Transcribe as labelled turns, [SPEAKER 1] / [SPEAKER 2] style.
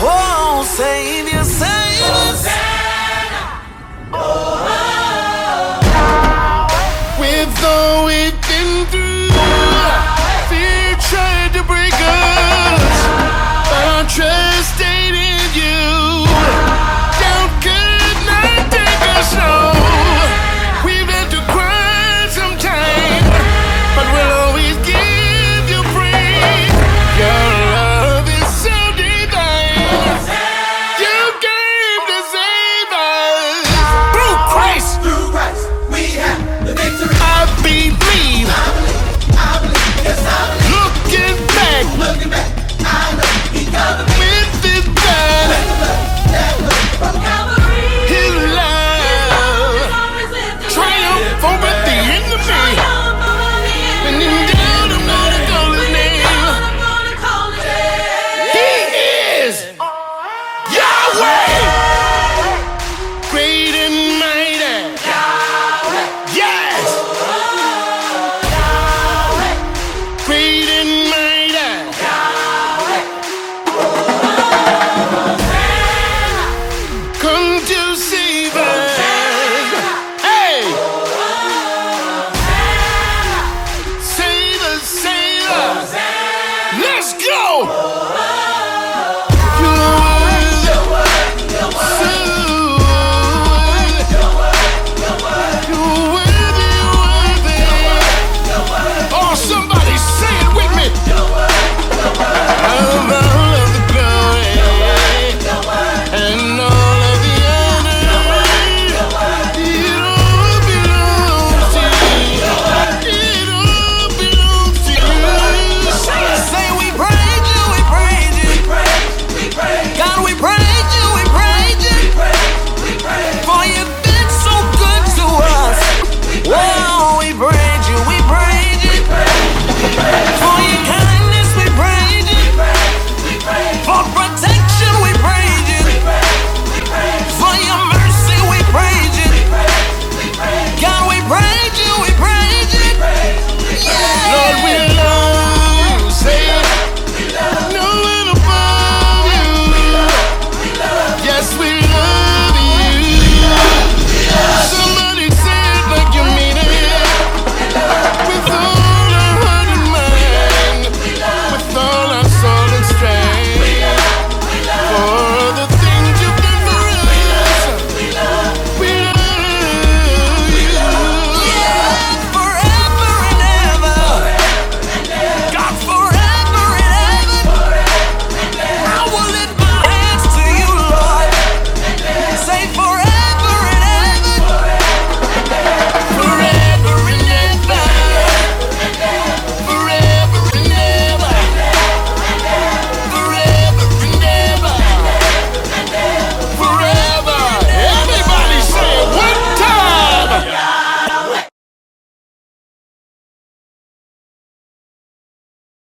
[SPEAKER 1] Oh, Savior, save us.
[SPEAKER 2] With all we've been through, fear tried to break us. Our trust stayed in you. Doubt could not take us home. We've had to cry sometimes, but we'll always give you praise. Your love is so divine. You came to save us through Christ.
[SPEAKER 3] Through Christ, we have the victory.
[SPEAKER 2] I believe.
[SPEAKER 3] I believe, yes, I
[SPEAKER 2] Looking back
[SPEAKER 3] believe. Looking back, I know He covered me
[SPEAKER 2] with his blood,
[SPEAKER 3] from Calvary.
[SPEAKER 2] his love,
[SPEAKER 3] Always lived the
[SPEAKER 2] triumph over the enemy.
[SPEAKER 3] triumph over the enemy.
[SPEAKER 2] And in doubt, I'm gonna call his name.
[SPEAKER 3] I'm gonna call it dead.
[SPEAKER 2] He is Yahweh, great and mighty. Yes, great and mighty. Come to save us. Hey, save us, save us. Let's go.